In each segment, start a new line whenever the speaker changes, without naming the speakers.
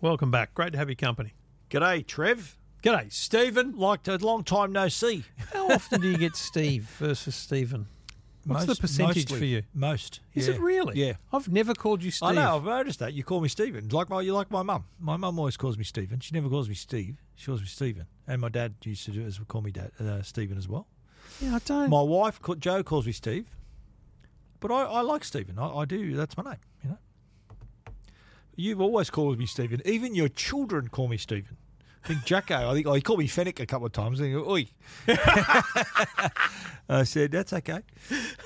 Welcome back. Great to have your company.
G'day, Trev.
G'day, Stephen.
Like a long time no see.
How often do you get Steve versus Stephen? What's the
Most-
percentage
mostly-
for you?
Most.
Is
yeah.
it really?
Yeah.
I've never called you Steve.
I know. I've noticed that. You call me Stephen. Like my, you like my mum. My mum always calls me Stephen. She never calls me Steve. She calls me Stephen. And my dad used to do is call me dad uh, Stephen as well.
Yeah, I don't.
My wife ca- Joe calls me Steve, but I, I like Stephen. I, I do. That's my name. You know. You've always called me Stephen. Even your children call me Stephen. I think Jacko. I think oh, he called me Fennec a couple of times. And he go, Oi. I said that's okay.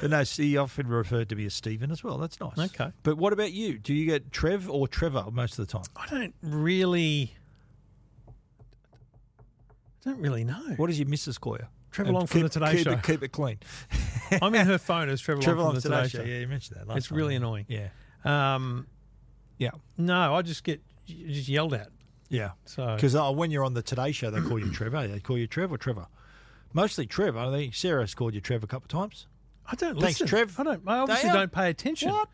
But no, see, I've been referred to me as Stephen as well. That's nice.
Okay.
But what about you? Do you get Trev or Trevor most of the time?
I don't really. I don't really know.
What is your Mrs. call you?
Trevor
And
Long from
keep-
the Today
keep
Show.
It, keep it clean.
I'm in her phone as Trevor,
Trevor
Long
Long
from the
Today,
Today,
Show. Yeah, you mentioned that last
it's
time.
really annoying.
Yeah.
Um,
Yeah.
no, I just get just yelled at.
Yeah.
So
Because uh, when you're on the Today Show, they call you Trevor. They call you Trev or Trevor. Mostly Trev. I think Sarah's called you Trev a couple of times.
I don't
Thanks,
listen.
Trev.
I don't. I obviously
Damn.
don't pay attention.
What?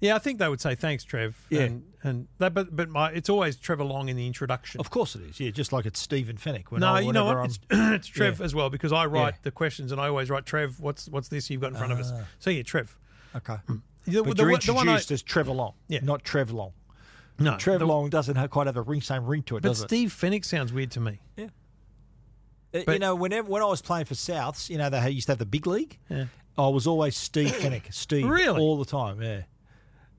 Yeah, I think they would say thanks, Trev.
Yeah.
and, and that, but but my it's always Trevor Long in the introduction.
Of course it is. Yeah, just like it's Stephen Fennick. When
no,
I-
you know
whenever
what?
oh, I'm-
It's, it's Trev
yeah.
as well because I write
Yeah.
the questions and I always write Trev. What's what's this you've got in front of us? So yeah, Trev.
okay.
The,
Ah.
the
But you're
one- the
introduced
one I-
as Trevor Long,
Yeah.
not Trev Long.
no,
Trev
the-
Long doesn't have quite have the ring same ring to it,
But
does
Steve Fennick sounds weird to me.
it? Uh, you
but-
know, whenever when I was playing for Souths, you know, they used to have the big league.
Yeah.
I was always Steve Fennick, Steve,
Really?
all the time. Yeah,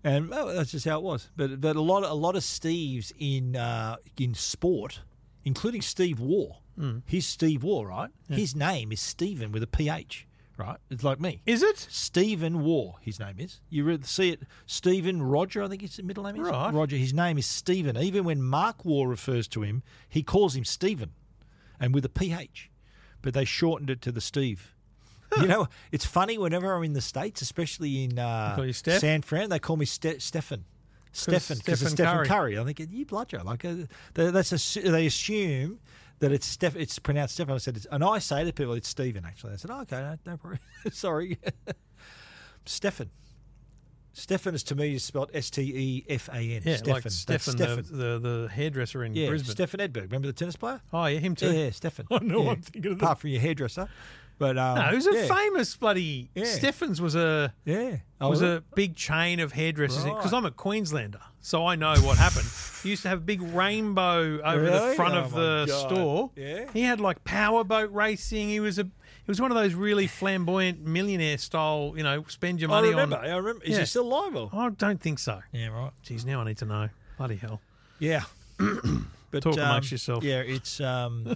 and uh, that's just how it was. But but a lot of, a lot of Steves in uh, in sport, including Steve Waugh.
Hmm.
He's Steve Waugh, right? His name is Stephen with a PH, right? It's like me.
Is it?
Stephen Waugh, his name is. You re- see it, Stephen Roger, I think his middle name is.
Right.
Roger, his name is Stephen. Even when Mark Waugh refers to him, he calls him Stephen and with a PH, but they shortened it to the Steve. You know, it's funny whenever I'm in the States, especially in uh,
call you Steph?
San Fran, they call me Ste- Stefan. Stefan, because it's
Stephen
Stephen
Curry.
Curry. I think you bludger. Like uh, they, that's assu- they assume that it's Steph. It's pronounced Stefan. I said, it's, and I say to people, it's Stephen. Actually, I said, oh, okay, no, no problem. Sorry, Stefan. Stefan is to me is spelled S T E F A N.
Yeah,
Stefan.
like
That's
Stefan,
Stefan.
The, the the hairdresser in
yeah,
Brisbane.
Stefan Edberg. Remember the tennis player?
oh yeah, him
Yeah,
too.
yeah, Stefan.
I know
Yeah.
I'm thinking of that.
Apart from your hairdresser, but um,
No, it was a
yeah,
famous bloody.
Yeah.
Stephens was a
Yeah, Oh,
was
is
a
it?
big chain of hairdressers because
Right.
I'm a Queenslander, so I know what happened. He used to have a big rainbow over the
Really?
front
Oh
of
my
the
God.
store.
Yeah.
He had like powerboat racing. He was a he was one of those really flamboyant millionaire style. You know, spend your
I
money
remember.
on.
I remember. Is
Yeah.
he still alive? Or?
I don't think so.
Yeah, right.
Geez, now I need to know. Bloody hell.
Yeah. but
Talk amongst yourself.
Yeah, it's um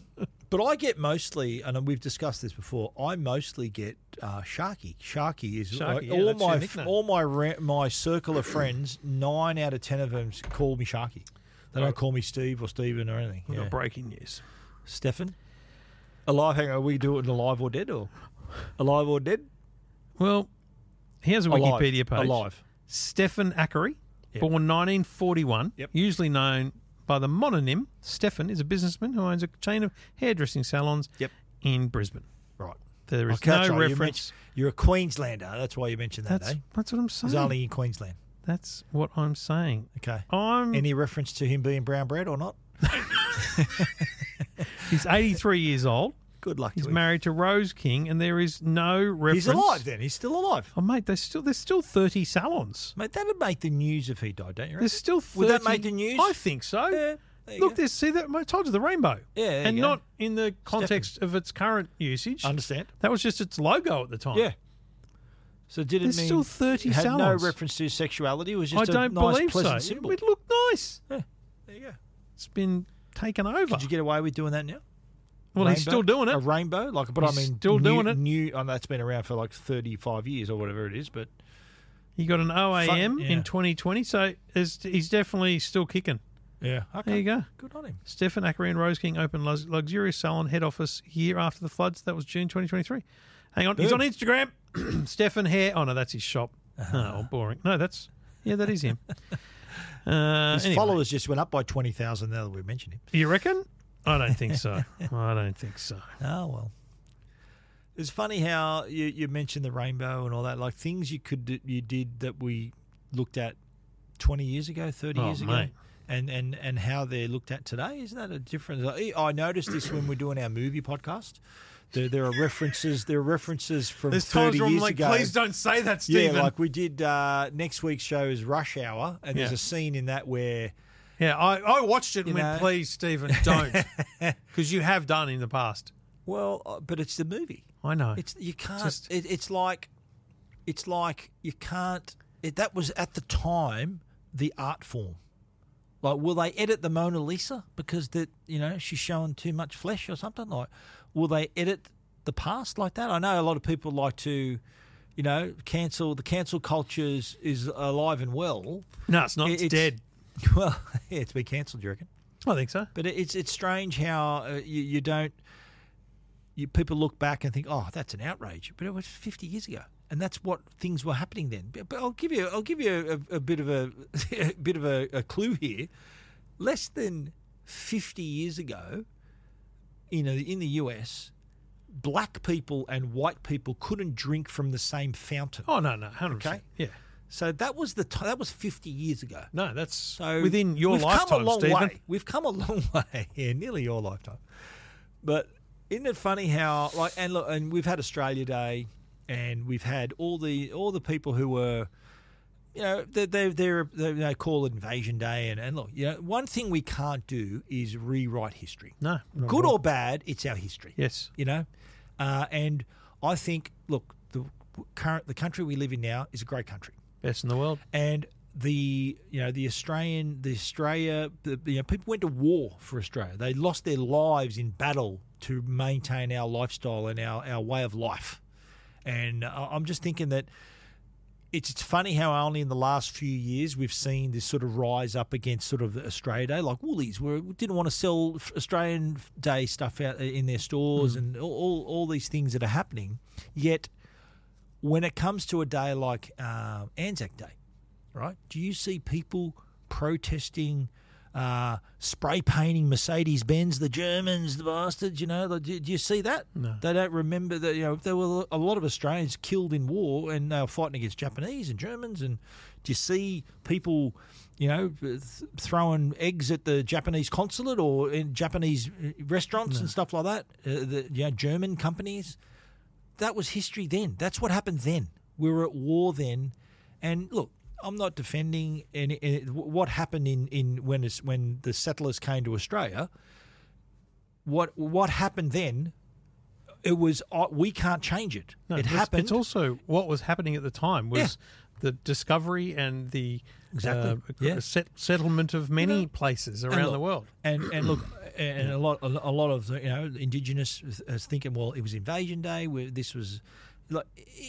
but I get mostly and we've discussed this before, I mostly get uh Sharky. Sharky is
Sharky,
like,
yeah,
all,
that's your
my,
nickname.
all my ra- my circle of friends, 9 out of 10 of them call me Sharky. They don't call me Steve or Stephen or anything.
We've
Yeah.
got breaking news.
Stefan. Alive hang on, we do it in alive or dead or alive or dead?
Well, here's a
Alive.
Wikipedia page.
Alive.
Stefan Ackery, born 1941,
Yep.
usually known by the mononym Stefan, is a businessman who owns a chain of hairdressing salons
Yep.
in Brisbane.
Right.
There is
Okay, that's
no
right, you
reference.
mentioned- You're a Queenslander. That's why you mentioned that,
That's
eh?
that's what I'm
He's
saying.
only in Queensland.
That's what I'm saying.
Okay.
I'm.
Any reference to him being brown bread or not?
he's 83 years old.
Good luck
He's
to him.
married to Rose King, and there is no reference.
He's alive then. He's still alive.
Oh mate, there's still there's still 30 salons.
Mate, that'd make the news if he died, don't you? reckon?
There's still 30.
Would that make the news?
I think so.
Yeah, there you
Look,
go.
there's see that I told you the rainbow.
Yeah, there
and
you go.
not in the context of its current usage.
Understand?
That was just its logo at the time.
Yeah. So did it
There's
mean
still 30
it had no
salons.
reference to sexuality? It was
I
just a
don't
nice,
believe so.
pleasant
It
symbol.
would look nice.
There you go.
It's been taken over.
Did you get away with doing that now?
well, he's
Rainbow?
still doing
A
it.
rainbow, like, but
He's
I mean,
still
new,
doing it.
New, I know that's been around for like thirty-five years or whatever it is. But
He got an OAM
Fun- yeah.
in 2020, so there's- he's definitely still kicking.
yeah, okay.
There you go.
Good on him.
Stefan Ackery and Rose King opened lux- luxurious salon head office year after the floods. That was June 2023. Hang on, he's on
Boom.
Instagram. Stefan Hair. Oh no, that's his shop.
Uh-huh.
Oh, boring. No, that's yeah, that is him. Uh,
His
anyway.
followers just went up by twenty thousand. Now that we mentioned him.
You reckon? I don't think so. I don't think so.
Oh well. It's funny how you, you mentioned the rainbow and all that, like things you could you did that we looked at twenty years ago, thirty
Oh,
years ago.
mate.
and, and, and how they're looked at today. Isn't that a difference? I- I noticed this when we're doing our movie podcast. There, there are references. There are references from
There's times
thirty
where I'm
years
like,
ago.
please don't say that, Stephen.
Yeah, like we did uh, next week's show is Rush Hour, and there's
Yeah.
a scene in that where
Yeah, I, I watched it and
You
went,
know.
please, Stephen, don't. Because you have done in the past.
well, uh, but it's the movie.
I know.
It's you can't.
Just-
it, it's like, it's like you can't. It, that was at the time the art form. Like, will they edit the Mona Lisa because that you know she's showing too much flesh or something? Like, will they edit the past like that? I know a lot of people like to, you know, cancel the cancel cultures is alive and well.
no, it's not.
It-
It's, dead.
Well, yeah, it's been cancelled. Do you reckon?
I think so.
But it- it's it's strange how uh, you, you don't you people look back and think, oh, that's an outrage, but it was 50 years ago, and that's what things were happening then. But, but I'll give you I'll give you a, a bit of a, a bit of a, a clue here. Less than 50 years ago, you know, in the US, black people and white people couldn't drink from the same fountain.
Oh, no, no, 100%.
Okay.
Yeah.
So that was the t- that was 50 years ago.
No, that's
So
within your
we've
lifetime,
come a long
Stephen.
way. We've come a long way. Yeah, nearly your lifetime. But isn't it funny how like and look and we've had Australia Day and we've had all the all the people who were you know they they they're, they they call it Invasion Day and and look you know one thing we can't do is rewrite history.
No. not at
Good
all.
or bad, it's our history
Yes.
you know. Uh, and I think look the current the country we live in now is a great country
Best in the world.
and the you know the Australian the Australia the you know people went to war for Australia. They lost their lives in battle to maintain our lifestyle and our our way of life. And I- I'm just thinking that it's it's funny how only in the last few years we've seen this sort of rise up against sort of Australia Day, like Woolies, where we didn't want to sell Australian Day stuff out uh, in their stores and all, all all these things that are happening. Yet, when it comes to a day like um Anzac Day, right? Do you see people protesting, uh, spray painting Mercedes Benz, the Germans, the bastards? You know, do, do you see that?
No.
They don't remember that. You know, there were a lot of Australians killed in war, and they were fighting against Japanese and Germans. And do you see people? You know, th- throwing eggs at the Japanese consulate or in Japanese uh, restaurants and stuff like that. Uh, the you know, German companies that was history then. That's what happened then. We were at war then, and look, I'm not defending any, any, what happened in in when it's, when the settlers came to Australia. What what happened then? It was uh, we can't change it.
No,
it
it's-
happened.
It's also what was happening at the time was the discovery and the
Exactly.
uh,
Yeah.
set, settlement of many
know,
places
And
around
look-
the world.
And and look, and a lot a lot of you know indigenous is thinking, well, it was Invasion Day. Where this was like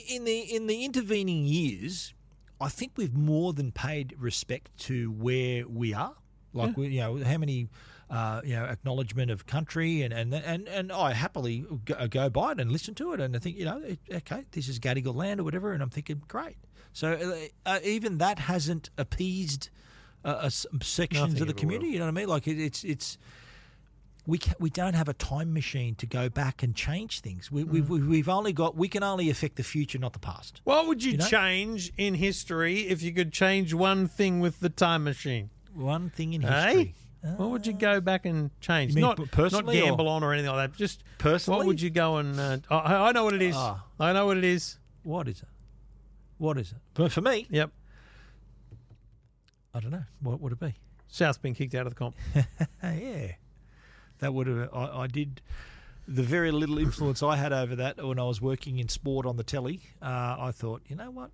in the in the intervening years, I think we've more than paid respect to where we are. Like we, you know, how many. Uh, you know, acknowledgement of country, and and and, and I happily go, uh, go by it and listen to it, and I think you know, it, okay, this is Gadigal land or whatever, and I'm thinking, great. So uh, uh, even that hasn't appeased uh, uh, s- sections
Nothing
of the
ever will.
community. You know what I mean? Like it, it's it's we ca we don't have a time machine to go back and change things. We, we've we've only got we can only affect the future, not the past.
What would you,
know?
change in history if you could change one thing with the time machine?
One thing in
Eh?
history.
what would you go back and change?
mean
not
p- personally
not
or-
gamble on or anything like that. Just What
Personally?
would you go and? Uh, I, I know what it is.
Ah.
I know what it is.
What is it? What is it? But for me,
Yep.
I don't know. What would it be?
South's been kicked out of the comp.
Uh, yeah, that would have. I, I did the very little influence I had over that when I was working in sport on the telly. Uh, I thought, you know what?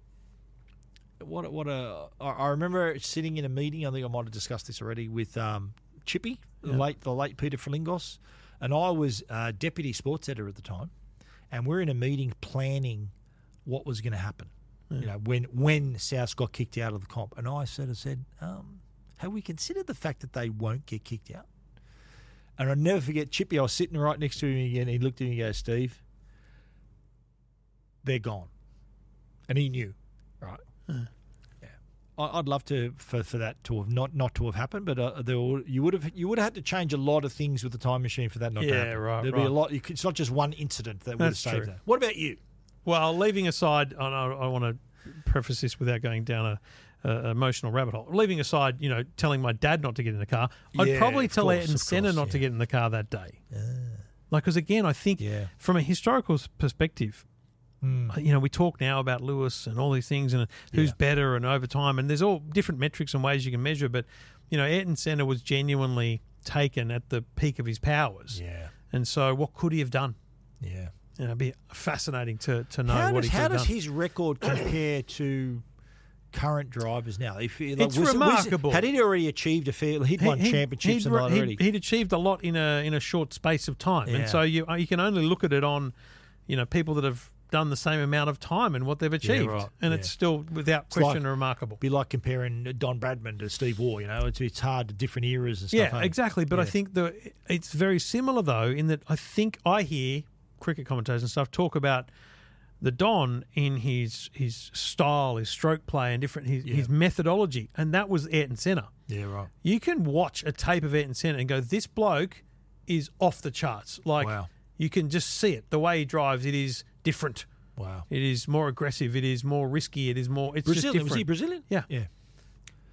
What a- what a! I- I remember sitting in a meeting. I think I might have discussed this already with um, Chippy, the late the late Peter Frelingos, and I was uh, deputy sports editor at the time, and we're in a meeting planning what was going to happen. You know when when South got kicked out of the comp, and I sort of said, um, "Have we considered the fact that they won't get kicked out?" And I'll never forget Chippy. I was sitting right next to him again. He looked at me and goes, Steve, they're gone. And he knew, right? Yeah. I, I'd love to for, for that to have not not to have happened, but uh, there were, you would have you would have had to change a lot of things with the time machine for that not to
Yeah,
happen.
right,
There'd be
right.
a lot. You could, it's not just one incident that would have
That's
saved
true.
that. What about you?
Well, leaving aside, and I, I want to preface this without going down a, uh, emotional rabbit hole. Leaving aside, you know, telling my dad not to get in the car, I'd
Yeah,
probably
of
tell
course,
Ayrton
of
Senna
course,
not to
yeah. Ah.
get in the car that day. Like, because again, I think
Yeah.
from a historical s- perspective, uh,
Mm.
you know, we talk now about Lewis and all these things and who's
Yeah.
better and over time, and there's all different metrics and ways you can measure. But you know, Ayrton Senna was genuinely taken at the peak of his powers,
Yeah.
and so what could he have done?
Yeah.
You know, it'd be fascinating to to know
how
what he
does,
could
how
have
does
done.
his record compare to current drivers now? If you-
It's
it-
remarkable.
had he already achieved a fair? He'd
He-
won
he-
championships
he'd,
and that
he'd-
already.
he'd achieved a lot in a in a short space of time,
Yeah.
and so you uh, you can only look at it on, you know, people that have done the same amount of time and what they've achieved,
right.
and
Yeah.
it's still without
like-
question remarkable.
be like comparing Don Bradman to Steve Waugh. You know, it's it's hard to different eras and stuff.
Yeah,
hey?
exactly. But I
Yeah.
think the it's very similar though in that I think I hear cricket commentators and stuff talk about the Don in his his style, his stroke play, and different his, his methodology, and that was Ayrton Senna.
Yeah, right.
You can watch a tape of Ayrton Senna and go, this bloke is off the charts. Like
Wow.
you can just see it the way he drives. It is different.
Wow.
It is more aggressive. It is more risky. It is more. It's just
Brazilian?
different.
Was he Brazilian?
Yeah.
Yeah.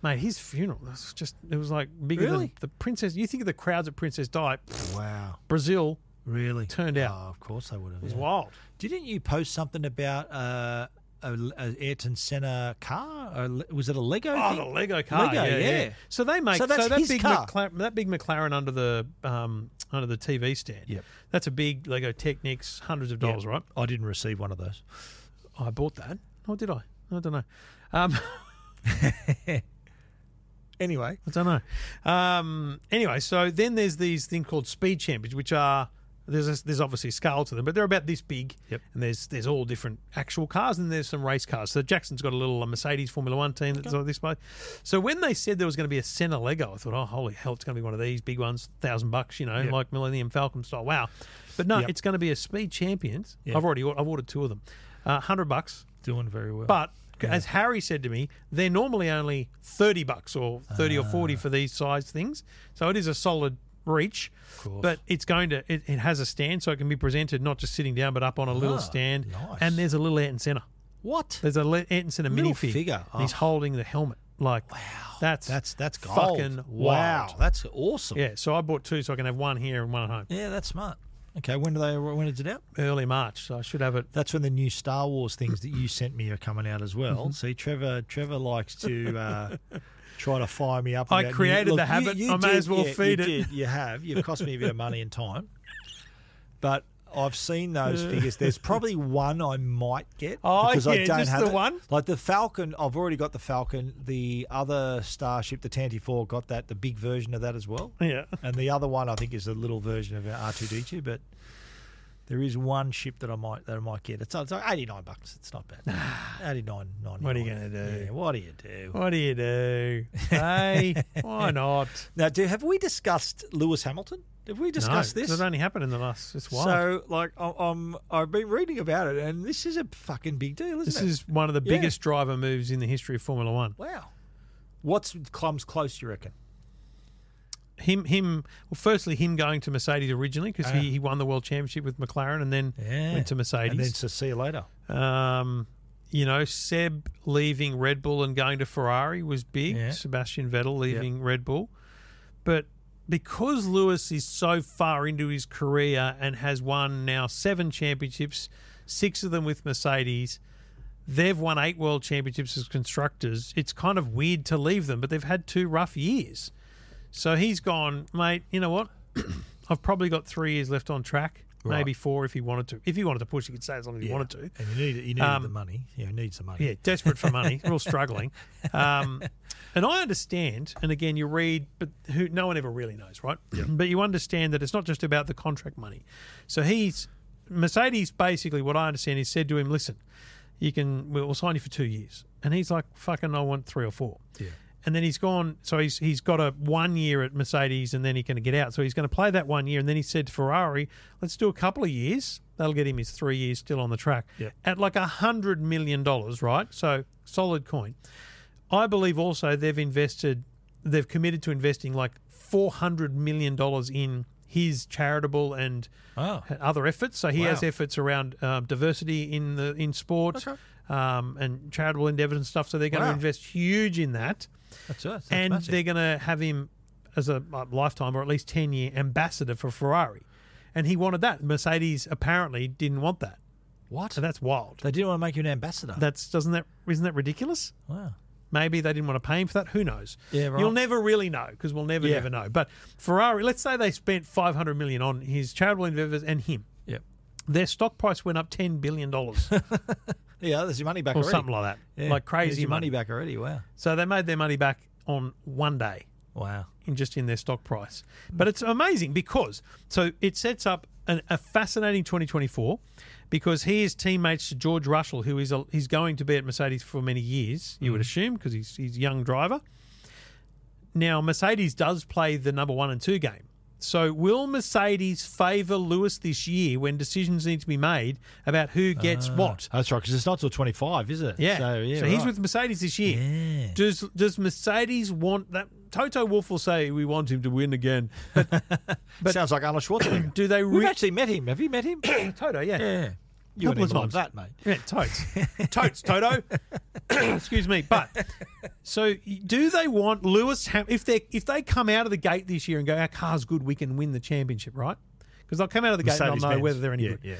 Mate, his funeral was just it was like bigger than
Really?
the princess. You think of the crowds at Princess Di,
Wow.
Brazil
Really?
turned out.
Oh, of course they would have.
It was
yeah.
wild.
Didn't you post something about uh, a, a Ayrton Senna car? Or le- was it a Lego?
Oh,
thing?
the Lego car,
Lego,
yeah, yeah,
yeah.
So they make so,
So that's
that
his
big
car.
McLaren, that big McLaren under the um, under the TV stand.
Yep.
that's a big Lego Technics, hundreds of
Yeah.
dollars, right?
I didn't receive one of those.
I bought that, or did I? I don't know. Um,
Anyway,
I don't know. Um, anyway, so then there's these things called speed champions, which are there's a, there's obviously a scale to them, but they're about this big.
Yep.
And there's there's all different actual cars, and there's some race cars. So Jackson's got a little uh, Mercedes Formula One team that's on this way. So when they said there was going to be a Senna Lego, I thought, oh holy hell, it's going to be one of these big ones, thousand bucks, you know,
Yep.
like Millennium Falcon style. Wow. But no,
Yep.
it's going to be a speed champions.
Yeah.
I've already I've ordered two of them, uh, hundred bucks.
doing very well.
But as Harry said to me, they're normally only thirty bucks or thirty or
Ah.
forty for these size things. So it is a solid reach.
course.
But it's going to it, it has a stand so it can be presented not just sitting down but up on a little
Ah,
stand.
nice.
And there's a little Ayrton Senna.
what?
There's a le- Ayrton Senna
Little
minifig.
figure.
and he's
Oh.
holding the helmet. Like wow. That's
That's that's gold.
fucking
wow.
wild.
That's awesome.
Yeah, so I bought two so I can have one here and one at home.
Yeah, that's smart. Okay, when do they when is it out?
Early March, so I should have it
That's when the new Star Wars things that you sent me are coming out as well.
Mm-hmm.
See, Trevor Trevor likes to uh, try to fire me up.
I
about new-
created the
Look, you-
habit.
you
I may
did-
as well
yeah,
feed
you
it.
Did. You have. You've cost me a bit of money and time. But I've seen those figures. There's probably one I might get
Oh,
because I
yeah,
don't
just
have
the
it.
one?
Like the Falcon, I've already got the Falcon. The other starship, the Tanty Four, got that. The big version of that as well.
Yeah.
And the other one, I think, is a little version of our R2D2, but there is one ship that I might that I might get. It's, it's like eighty nine bucks. It's not bad. eighty nine ninety.
What are you gonna do?
Yeah, what do you do?
What do you do? Hey, why not?
Now, do have we discussed Lewis Hamilton? Have we discussed
no,
this?
It only happened in the last. It's wild.
So, like, I- I'm I've been reading about it, and this is a fucking big deal, isn't
This
it?
is one of the
Yeah.
biggest driver moves in the history of Formula One.
wow. What's comes close? You reckon?
Him, him. Well, firstly, him going to Mercedes originally because
Ah.
he, he won the world championship with McLaren and then
Yeah.
went to
And then
Mercedes.
to see you later.
um, you know, Seb leaving Red Bull and going to Ferrari was big.
Yeah.
Sebastian Vettel leaving Red Bull, but because Lewis is so far into his career and has won now seven championships, six of them with Mercedes. they've won eight world championships as constructors. It's kind of weird to leave them, but they've had two rough years. So he's gone, mate, you know what? I've probably got three years left on track,
Right.
maybe four if he wanted to. If he wanted to push, he could stay as long as he
Yeah.
wanted to.
And you need you need
Um,
the money. Yeah, you need some money.
Yeah, desperate for money, real struggling. Um, and I understand, and again, you read, but who no one ever really knows, right? But you understand that it's not just about the contract money. So he's Mercedes. Basically, what I understand is said to him, "Listen, you can we'll sign you for two years," and he's like, "Fucking, I want three or four.
Yeah.
And then he's gone. So he's he's got a one year at Mercedes, and then he can get out. So he's going to play that one year, and then he said to Ferrari, "Let's do a couple of years. That'll get him his three years still on the track
Yep.
at like a hundred million dollars, right? So solid coin. I believe also they've invested, they've committed to investing like four hundred million dollars in his charitable and
Oh.
other efforts. So he has
Wow.
efforts around um, diversity in the in sport,
Okay.
um, and charitable endeavours and stuff. So they're going
Wow.
to invest huge in that,
That's it. That's
and
massive.
they're going to have him as a like, lifetime or at least ten year ambassador for Ferrari. And he wanted that. Mercedes apparently didn't want that.
what?
So that's wild.
they didn't want to make you an ambassador.
That's doesn't that isn't that ridiculous?
wow.
Maybe they didn't want to pay him for that. Who knows?
Yeah, right.
You'll never really know because we'll never,
Yeah.
never know. But Ferrari, let's say they spent 500 million on his charitable endeavors and him.
Yep.
Their stock price went up $10 billion or
Yeah, there's your money back already.
something like that.
Yeah,
Like
there's
crazy
your
money.
money back already. Wow.
So they made their money back on one day
Wow.
in just in their stock price.
Hmm.
But it's amazing because so it sets up an, a fascinating 2024 because he is teammates to George Russell, who is a, he's going to be at Mercedes for many years. You would
Hmm.
assume because he's he's a young driver. Now Mercedes does play the number one and two game. So will Mercedes favour Lewis this year when decisions need to be made about who gets what?
That's right, because it's not till 25, is it?
Yeah.
Ah. So, yeah,
he's
right.
with Mercedes this year.
Yeah.
Does does Mercedes want that? Toto Wolff will say we want him to win again. but-
Sounds like Arnold Schwarzenegger.
Do they
We've
really?
actually met him. Have you met him? yeah.
Toto, yeah.
yeah. You
Couple of
wouldn't even like
times.
that, mate.
Yeah, totes. totes, Toto. Excuse me. But so do they want Lewis Ham- if they if they come out of the gate this year and go, our car's good, we can win the championship, right? Because they'll come out of the gate and they'll know
Mercedes-Benz.
whether they're any
Yeah,
good.
yeah.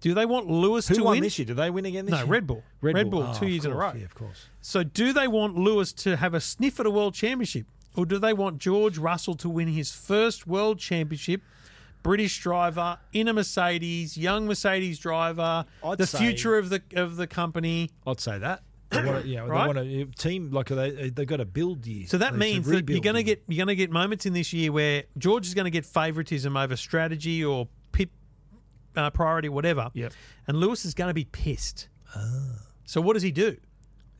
Do they want Lewis
Who
to
won
win?
this year? Did they win again this
No,
year?
Red Bull.
Red,
Bull,
Oh,
two
of
years in a row.
course. Yeah, of course.
So do they want Lewis to have a sniff at a world championship? Or do they want George Russell to win his first world championship? British driver in a Mercedes, young Mercedes driver,
I'd
the
say-
future of the of the company.
I'd say that. They want to, yeah,
Right?
they want a team like they they've got a build year.
So that means that you're going to get you're going to get moments in this year where George is going to get favoritism over strategy or pip uh, priority, whatever.
Yep. Ah.
And Lewis is going to be pissed. So what does he do?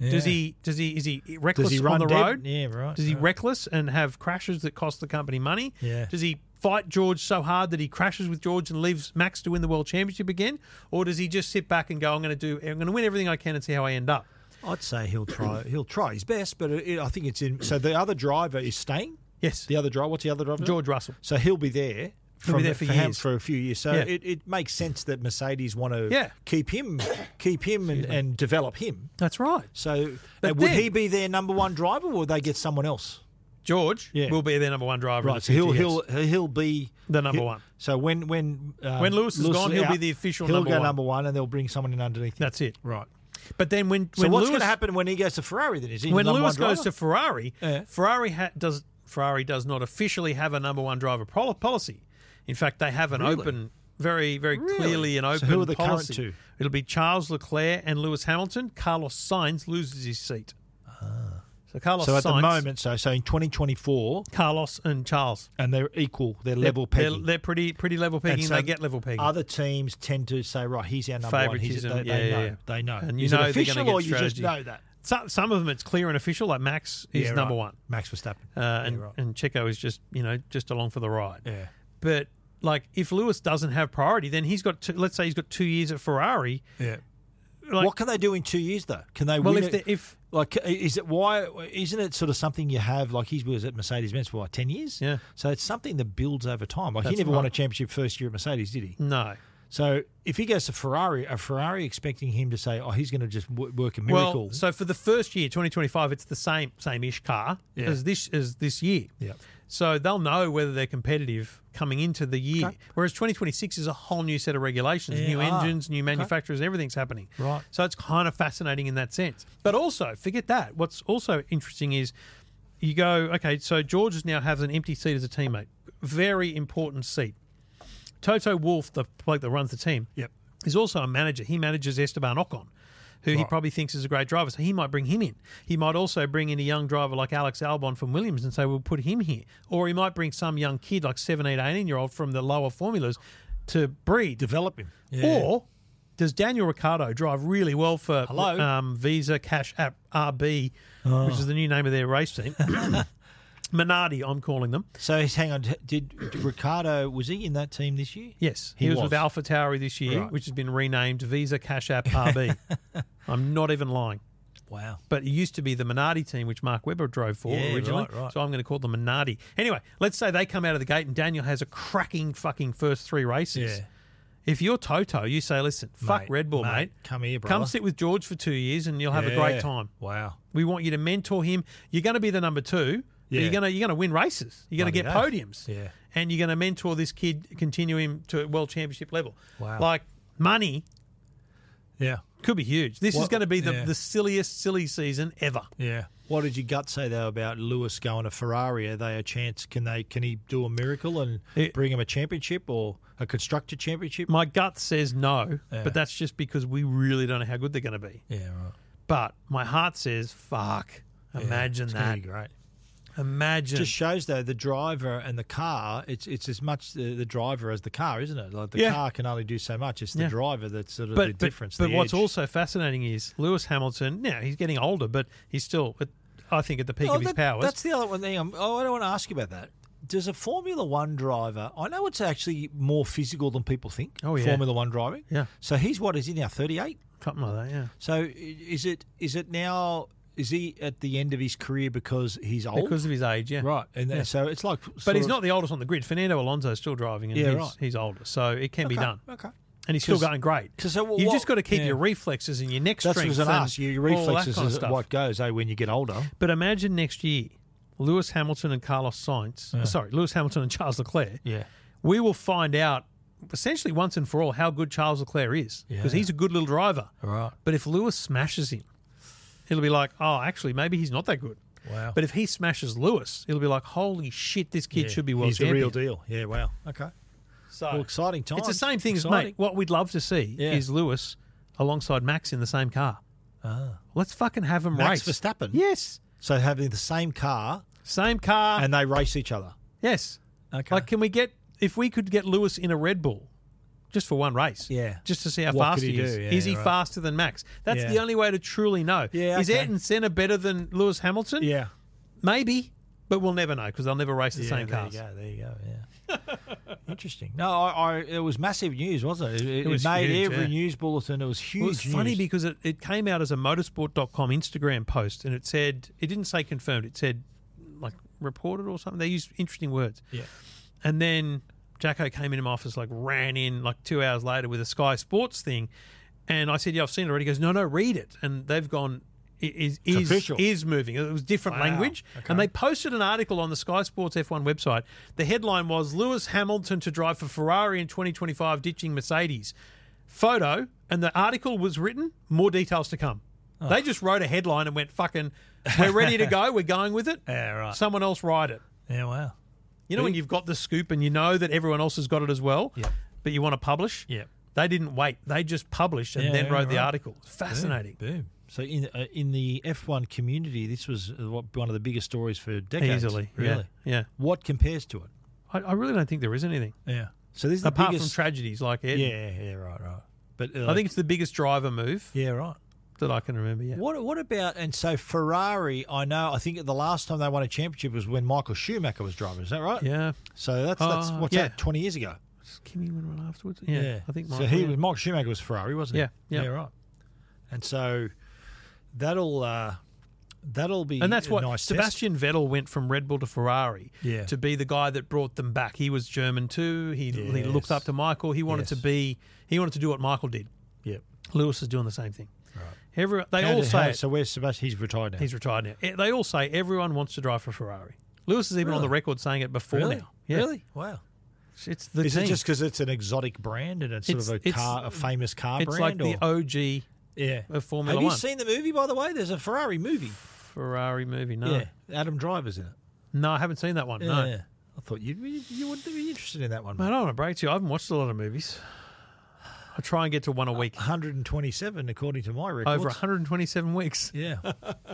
Does he does he is he reckless
does he
on
run
the
dead?
road?
Yeah, right.
Does he
right.
reckless and have crashes that cost the company money?
Yeah.
Does he fight George so hard that he crashes with George and leaves Max to win the world championship again, or does he just sit back and go, "I'm going to do, I'm going to win everything I can and see how I end up"?
I'd say he'll try. He'll try his best, but it, I think it's in. So the other driver is staying.
Yes,
The other driver. What's the other driver?
George Russell.
So he'll be there.
He'll be there for
him
years.
for a few years. So
Yeah.
it, it makes sense that Mercedes want to
Yeah.
keep him, keep him, and, and develop him.
That's right.
So
But
uh, would
then-
he be their number one driver, or would they get someone else?
George
Yeah.
will be their number one driver. in the
Right. So he'll
future, yes.
he'll he'll be
The number
he'll-
one.
So when when um,
When Lewis is gone, he'll be the official
He'll
number
go
one.
number one, and they'll bring someone in underneath. Him.
That's it.
right.
But then when
So
when
what's
Lewis
going to happen when he goes to Ferrari? Then is he the
when
number
Lewis
one
goes to
driver?
Ferrari,
Yeah.
Ferrari ha- does Ferrari does not officially have a number one driver pol- policy. In fact, they have an open, very very clearly an
So
open
who are the current
policy.
two?
It'll be Charles Leclerc and Lewis Hamilton. Carlos Sainz loses his seat. So Carlos
Ah. so at
Sainz,
the moment, so so in 2024,
Carlos and Charles
and they're equal. They're level
they're,
pegging.
they're pretty pretty level pegging.
so
they get level pegging.
Other teams tend to say, right, he's our number one. He's, they,
Favoritism,
they
yeah,
know.
yeah.
They know.
And you
is
know
it
they're gonna
official
get
or you just
strategy.
know that?
some, some of them it's clear and official, like Max is
Yeah,
number
right.
one,
Max Verstappen.
uh, and
right.
and Checo is just you know just along for the ride.
yeah.
But like, if Lewis doesn't have priority, then he's got. Two, let's say he's got two years at Ferrari.
Yeah.
Like-
what can they do in two years though? Can they
Well,
win
if
it?
the, if
Like, is it why? Isn't it sort of something you have? Like, he was at Mercedes Benz for what, 10 years?
Yeah.
So it's something that builds over time. Like, he
That's
never won
right.
a championship first year at Mercedes, did he?
no,
So if he goes to Ferrari, are Ferrari expecting him to say, oh, he's going to just w- work a miracle?
well, so for the first year, twenty twenty five, it's the same same ish car
Yeah.
as this as this year.
yeah.
So they'll know whether they're competitive coming into the year.
Okay.
Whereas 2026 is a whole new set of regulations,
Yeah,
new
ah,
engines, new manufacturers, everything's happening.
Right.
So it's kind of fascinating in that sense. But also, forget that. What's also interesting is you go, okay, so George now has an empty seat as a teammate. Very important seat. Toto Wolf, the bloke that runs the team,
Yep.
is also a manager. He manages Esteban Ocon, who he
Right.
probably thinks is a great driver. So he might bring him in. He might also bring in a young driver like Alex Albon from Williams and say, we'll put him here. Or he might bring some young kid like 17, 18 year old from the lower formulas to breed.
Develop him.
Or does Daniel Ricciardo drive really well for
Hello? Oh.
Um, Visa Cash App RB, which is the new name of their race team? Minardi, I'm calling them.
So he's, hang on. Did, did Ricardo, was he in that team this year?
Yes,
He
he, was,
was.
with Alpha Tauri this year,
Right.
which has been renamed Visa Cash App RB. I'm not even lying.
Wow.
But it used to be the Minardi team, which Mark Webber drove for
Yeah,
originally.
right, right.
So I'm going to call them Minardi. Anyway, let's say they come out of the gate and Daniel has a cracking fucking first three races. If you're Toto, you say, listen, fuck
Mate,
Red Bull, mate.
Come here, brother.
Come sit with George for two years and you'll have a great
Yeah.
time.
Wow.
We want you to mentor him. You're going to be the number two. But
Yeah.
you're going to you're going to win races. You're going to
Bloody
get
oath.
podiums.
Yeah.
And you're going to mentor this kid, continue him to world championship level.
Wow.
Like money
Yeah.
could be huge. This is
What-
going to be the,
yeah.
the silliest silly season ever.
Yeah. What did your gut say though about Lewis going to Ferrari? Are they a chance? Can they? Can he do a miracle and
It-
bring him a championship or a constructor championship?
My gut says no,
Yeah.
but that's just because we really don't know how good they're going to be.
Yeah, right.
But my heart says, fuck. Imagine
it's gonna
that.
be great.
Imagine.
Just shows though the driver and the car. It's it's as much the, the driver as the car, isn't it? Like the
Yeah.
car can only do so much. It's the
Yeah.
driver that's sort of the difference.
But
the
what's
edge.
also fascinating is Lewis Hamilton. Now he's getting older, but he's still, at, I think, at the peak
Oh,
of his
that-
powers.
That's the other one thing. I'm, oh, I don't want to ask you about that. Does a Formula One driver? I know it's actually more physical than people think.
Oh, yeah.
Formula One driving.
Yeah.
So he's what is he now? Thirty eight.
something like that. Yeah,
So i- is it is it now? Is he at the end of his career because he's old?
because of his age. Yeah,
right, and then- so it's like.
But he's not the oldest on the grid. Fernando Alonso's still driving, and
Yeah,
he's,
right.
he's older, so it can be done,
Okay.
and he's still
'Cause-
going great.
'cause so what-
You've just
what-
got to keep
yeah.
your reflexes and your neck
That's
strength.
what's an
and
ask. Your, your
all that
reflexes
kind of
is
stuff.
what goes, eh, when you get older.
But imagine next year, Lewis Hamilton and Carlos Sainz. Sorry, Lewis Hamilton and Charles Leclerc.
Yeah.
we will find out essentially once and for all how good Charles Leclerc is because
Yeah.
he's a good little driver.
Right.
But if Lewis smashes him, it'll be like, oh, actually, maybe he's not that good.
Wow.
But if he smashes Lewis, it'll be like, holy shit, this kid
Oh. Yeah,
should be world
He's
champion.
the real deal. Yeah. Wow. Okay.
So
Well, exciting times.
it's the same thing as
Exciting.
mate. What we'd love to see
Yeah.
is Lewis alongside Max in the same car.
Ah.
Let's fucking have them
Max
race.
Verstappen.
Yes,
So having the same car
same car.
and they race each other.
yes,
Okay.
like can we get if we could get Lewis in a Red Bull just for one race?
Yeah.
just to see how
What
fast
could
he,
he
is.
do? Yeah,
is he
right.
faster than Max? That's
Yeah.
the only way to truly know.
Yeah,
is
okay.
Ayrton Senna better than Lewis Hamilton?
yeah.
Maybe, but we'll never know because they'll never race the
Yeah,
same
there
cars.
You go, there you go. Yeah. Interesting. No, I, I, it was massive news, wasn't it? It, it
was
made
huge,
every
yeah.
news bulletin. It was huge.
It was funny
news.
because it, it came out as a motorsport.com Instagram post and it said, it didn't say confirmed, it said like reported or something. They used interesting words.
Yeah.
And then Jacko came into my office, like ran in like two hours later with a Sky Sports thing. And I said, Yeah, I've seen it already. He goes, No, no, read it. And they've gone, "It is, is,
official.
is moving. It was different
Wow.
language. And they posted an article on the Sky Sports F1 website. The headline was Lewis Hamilton to drive for Ferrari in 2025, ditching Mercedes. Photo. And the article was written, more details to come.
Oh.
They just wrote a headline and went, fucking, we're ready to go. We're going with it.
Yeah, right.
Someone else write it.
Yeah, wow.
You know when you've got the scoop and you know that everyone else has got it as well,
Yeah.
but you want to publish?
Yeah.
They didn't wait. They just published and
Yeah,
then
yeah,
wrote the
right.
article. Fascinating.
Boom. So in uh, in the F1 community, this was uh, what- one of the biggest stories for decades.
Easily.
really.
Yeah. yeah.
What compares to it?
I, I really don't think there is anything.
Yeah. So this is
Apart
the biggest.
from tragedies like Ed.
yeah, yeah, right, right. But uh,
I think it's the biggest driver move
yeah, right.
that I can remember. Yeah.
What what about and so Ferrari? I know. I think the last time they won a championship was when Michael Schumacher was driving. Is that right?
Yeah.
So that's that's
Oh,
what's
yeah.
that? Twenty years ago.
Was Kimmy win one afterwards? Yeah. I think
so.
Michael,
He
yeah.
was Michael Schumacher was Ferrari, wasn't he?
Yeah, yeah.
right. And so that'll uh, that'll be
And that's
a
what
nice test.
Sebastian Vettel went from Red Bull to Ferrari
Yeah.
to be the guy that brought them back. He was German too. He, he looked
Yes.
up to Michael. He wanted
Yes.
to be he wanted to do what Michael did.
Yep.
Lewis is doing the same thing. Right. Every, they
How
all
do-
say
how-
it.
so. Where's Sebastian? He's retired now.
he's retired now. Eh, They all say everyone wants to drive for Ferrari. Lewis is even on the
Really?
record saying it before
really?
now. Yeah.
Really? Wow.
It's- It's the
Is
team.
it just because it's an exotic brand and it's sort
It's-
of a
it's-
car, a famous car
it's like
brand?
the
or,
OG
yeah.
of Formula
Have you
One
seen the movie? By the way, there's a Ferrari movie.
Ferrari movie. No,
Yeah. Adam Driver's in it.
no, I haven't seen that one. No,
Yeah. I thought you'd be, you would be interested in that one.
Man, I don't want to break to you. I haven't watched a lot of movies. I try and get to one a
Uh,
week
127, according to my records.
over 127 weeks.
Yeah.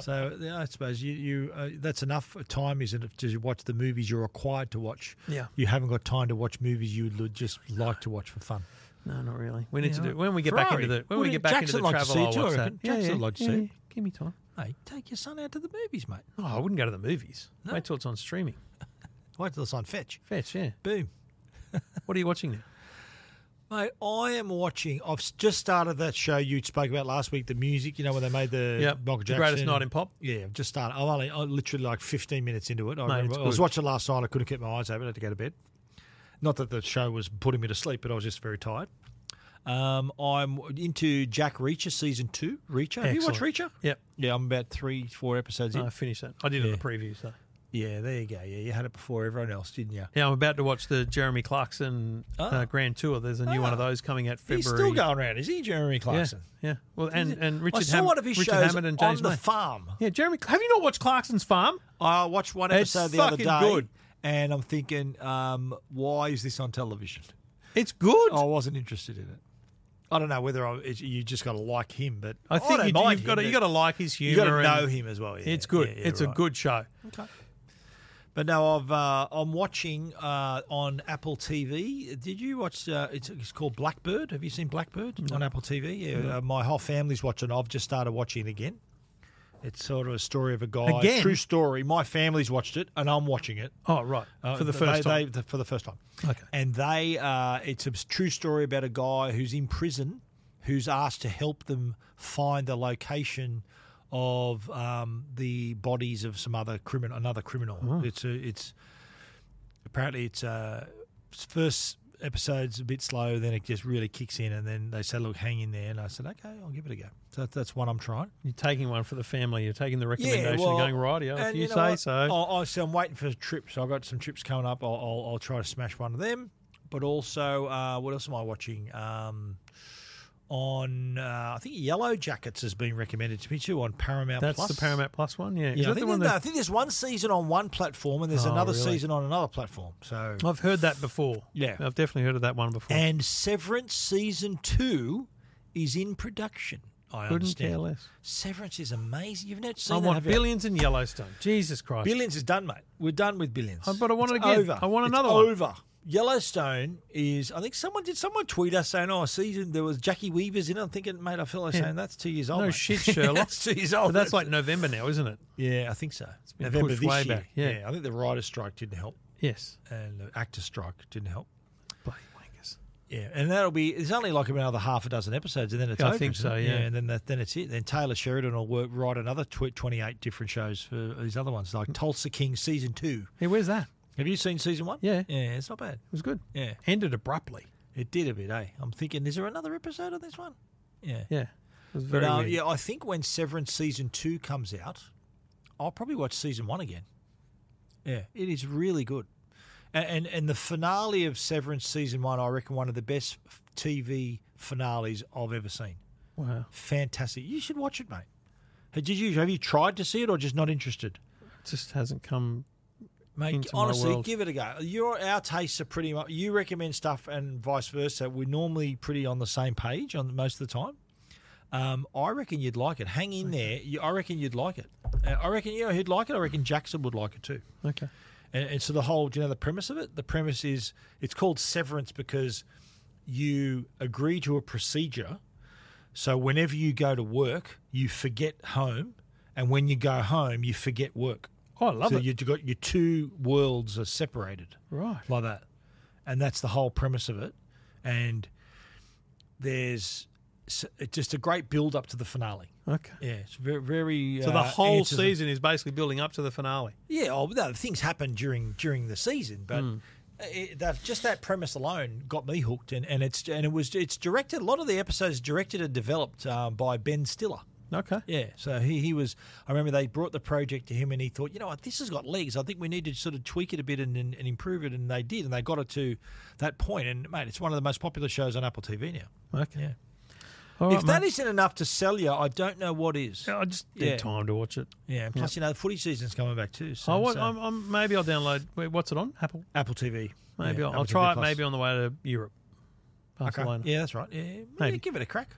so yeah, I suppose you, you uh, that's enough time, isn't it, to watch the movies you're required to watch.
Yeah.
You haven't got time to watch movies you would just like to watch for fun.
No, not really. We need
Yeah,
to do
right.
when we get back
Ferrari.
into the when we
Wouldn't
get back into
Jackson
the
like to
travel.
see it
I'll
too, I
watch that.
reckon? Jackson would like to see it.
Give me time.
Hey, take your son out to the movies, mate.
Oh, I wouldn't go to the movies. Wait till it's on streaming.
Wait till it's on Fetch.
Fetch, yeah.
Boom.
What are you watching now?
Mate, I am watching. I've s- just started that show you spoke about last week, the music, you know, when they made the
Yep,
Michael
The
Jackson.
Greatest Night in Pop.
Yeah, I've just started. I'm only I'm literally like 15 minutes into it. I,
Mate,
remember,
it's
I was
good.
watching last night. I couldn't keep my eyes open. I had to go to bed. Not that the show was putting me to sleep, but I was just very tired. Um, I'm into Jack Reacher season two. Reacher, have you watched
Excellent.
Reacher?
Yep.
Yeah, I'm about three, four episodes
No,
in.
I finished that. I did it
Yeah.
on the preview. So
Uh, Yeah, there you go. Yeah, you had it before everyone else, didn't you?
yeah, I'm about to watch the Jeremy Clarkson
Ah.
uh, Grand Tour. There's a new one of
Ah.
those coming out February.
He's still going around, is he, Jeremy
Yeah,
Clarkson?
yeah. Well, and and
I
Richard.
saw
Ham-
one of his
Richard
shows
Hammond and
on
James
the
May.
farm.
yeah, Jeremy. Have you not watched Clarkson's Farm?
I watched one
It's
episode the other
fucking
day,
good.
and I'm thinking, um, why is this on television?
It's good.
I wasn't interested in it. I don't know whether I, it, you just got to like him, but
I think
don't
you,
mind
you've got to
him,
you
but
got to like his
you
humor.
gotta know
and
him as well. yeah,
It's good.
yeah, yeah,
it's a
right.
good show.
But no, I've uh, I'm watching uh, on Apple TV. Did you watch? Uh, it's, it's called Blackbird. Have you seen Blackbird on Apple TV? Yeah, uh, my whole family's watching. I've just started watching it again. It's sort of a story of a guy.
Again?
True story. My family's watched it, and I'm watching it.
Oh right,
Uh,
for the
they-
first
they-
time.
the- for the first time.
Okay.
And they, uh, it's a true story about a guy who's in prison, who's asked to help them find the location of um, the bodies of some other criminal, another criminal.
Oh.
It's a, it's apparently it's uh, first episode's a bit slow, then it just really kicks in, and then they say, "Look, hang in there," and I said, "Okay, I'll give it a go." So that- that's one I'm trying.
You're taking one for the family. You're taking the recommendation
well,
and going rightio. If
and
you,
know
say
what? Oh,
so.
I'll, I'll, so I'm waiting for trips. I've got some trips coming up. I'll, I'll, I'll try to smash one of them. But also, uh, what else am I watching? Um, on uh, I think Yellow Jackets has been recommended to me too on Paramount.
That's
Plus.
the Paramount Plus one. Yeah, Is
Yeah, I
that the
think,
one
there's- I
that,
think there's one season on one platform and there's
Oh,
another
really? Oh.
season on another platform. So
I've heard that before.
Yeah.
I've definitely heard of that one before.
and Severance season two is in production. I
Couldn't
understand.
care less.
Severance is amazing. You've never seen
I
that,
want
have you?
billions in Yellowstone. Jesus Christ.
Billions is done, mate. We're done with billions.
Oh, but I want
It's
it again.
Over.
I want
It's
another one.
Over. Yellowstone is. I think someone did. Someone tweet us saying, "Oh, season there was Jackie Weaver's in." it." I'm thinking, mate, I feel like
Yeah.
saying that's two years old.
No
mate.
shit, Sherlock.
that's two years old.
But that's like November now, isn't it?
yeah, I think so. It's
been pushed way back, yeah.
I think the writer's strike didn't help,
Yes.
and the actor strike didn't help.
Bloody wankers.
Yeah, and that'll be. There's only like another half a dozen episodes, and then it's
Yeah, I
over.
think
isn't
so,
it?
yeah.
and then that, then it's it. Then Taylor Sheridan will work write another tw- 28 different shows for these other ones,
Mm.
like Tulsa King season two.
Hey, where's that? It
Have you seen season one?
Yeah.
yeah, it's not bad.
was good.
Yeah,
Ended abruptly.
it did a bit, eh? I'm thinking, is there another episode of this one? Yeah.
Yeah. It was
But
very
uh,
weird.
yeah, I think when Severance season two comes out, I'll probably watch season one again. Yeah, it is really good, and and, and the finale of Severance season one, I reckon, one of the best f- TV finales I've ever seen.
Wow.
Fantastic! You should watch it, mate. Had- Did you have you tried to see it or just not interested?
It just hasn't come.
Mate,
into my
honestly,
world.
give it a go. Your our tastes are pretty much. You recommend stuff and vice versa. We're normally pretty on the same page on most of the time. Um, I reckon you'd like it. Hang in there. You, I reckon you'd like it. Uh, I reckon you know he'd like it. I reckon Jackson would like it too.
Okay.
And, and so the whole, do you know the premise of it? The premise is it's called severance because you agree to a procedure. So whenever you go to work, you forget home, and when you go home, you forget work.
Oh, I love
so
it.
you got your two worlds are separated
right.
like that, and that's the whole premise of it. And there's s- it's just a great build up to the finale.
Okay.
Yeah, it's very very.
So
uh,
the whole
answers-
season is basically building up to the finale.
yeah, oh, no, things happen during during the season, but it, that just that premise alone got me hooked, and, and it's and it was it's directed. A lot of the episodes directed and developed um, by Ben Stiller.
Okay.
Yeah, so he he was. I remember they brought the project to him, and he thought, you know what, this has got legs. I think we need to sort of tweak it a bit and, and, and improve it, and they did, and they got it to that point. And mate, it's one of the most popular shows on Apple TV now.
Okay.
Yeah.
All right,
if that
mate.
not enough to sell you, I don't know what is.
I just need
Yeah.
time to watch it.
Yeah, and plus you know the footy season's coming back too. So,
I want,
so-
I'm, I'm, maybe I'll download. Wait, what's it on? Apple.
Apple TV.
Maybe I'll, I'll
Yeah, Apple TV
try it.
Plus.
Maybe on the way to Europe,
Okay.
Barcelona.
Yeah, that's right. Yeah, yeah,
Maybe.
give it a crack.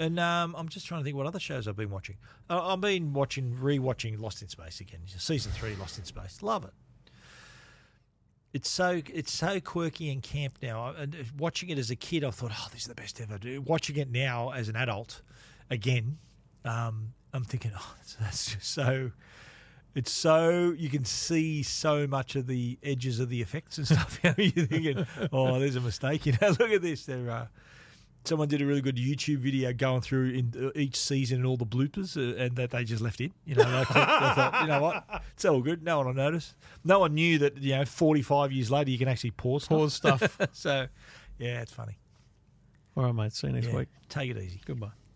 And um, I'm just trying to think what other shows I've been watching. I- I've been watching, rewatching Lost in Space again, season three, Lost in Space. Love it. It's so it's so quirky and camp now. I- And uh, watching it as a kid, I thought, oh, this is the best ever. Dude, Watching it now as an adult, again, um, I'm thinking, oh, that's, that's just so. It's so you can see so much of the edges of the effects and stuff. How are you thinking? Oh, there's a mistake. You know, look at this. There are someone did a really good YouTube video going through in uh, each season and all the bloopers, uh, and that they just left in. You know, they, clicked, they thought, you know what, it's all good. No one will notice. No one knew that you know, 45 years later, you can actually pause. stuff.
Pause stuff.
So, yeah, it's funny.
All right, mate. See you next
Yeah.
week.
Take it easy.
Goodbye.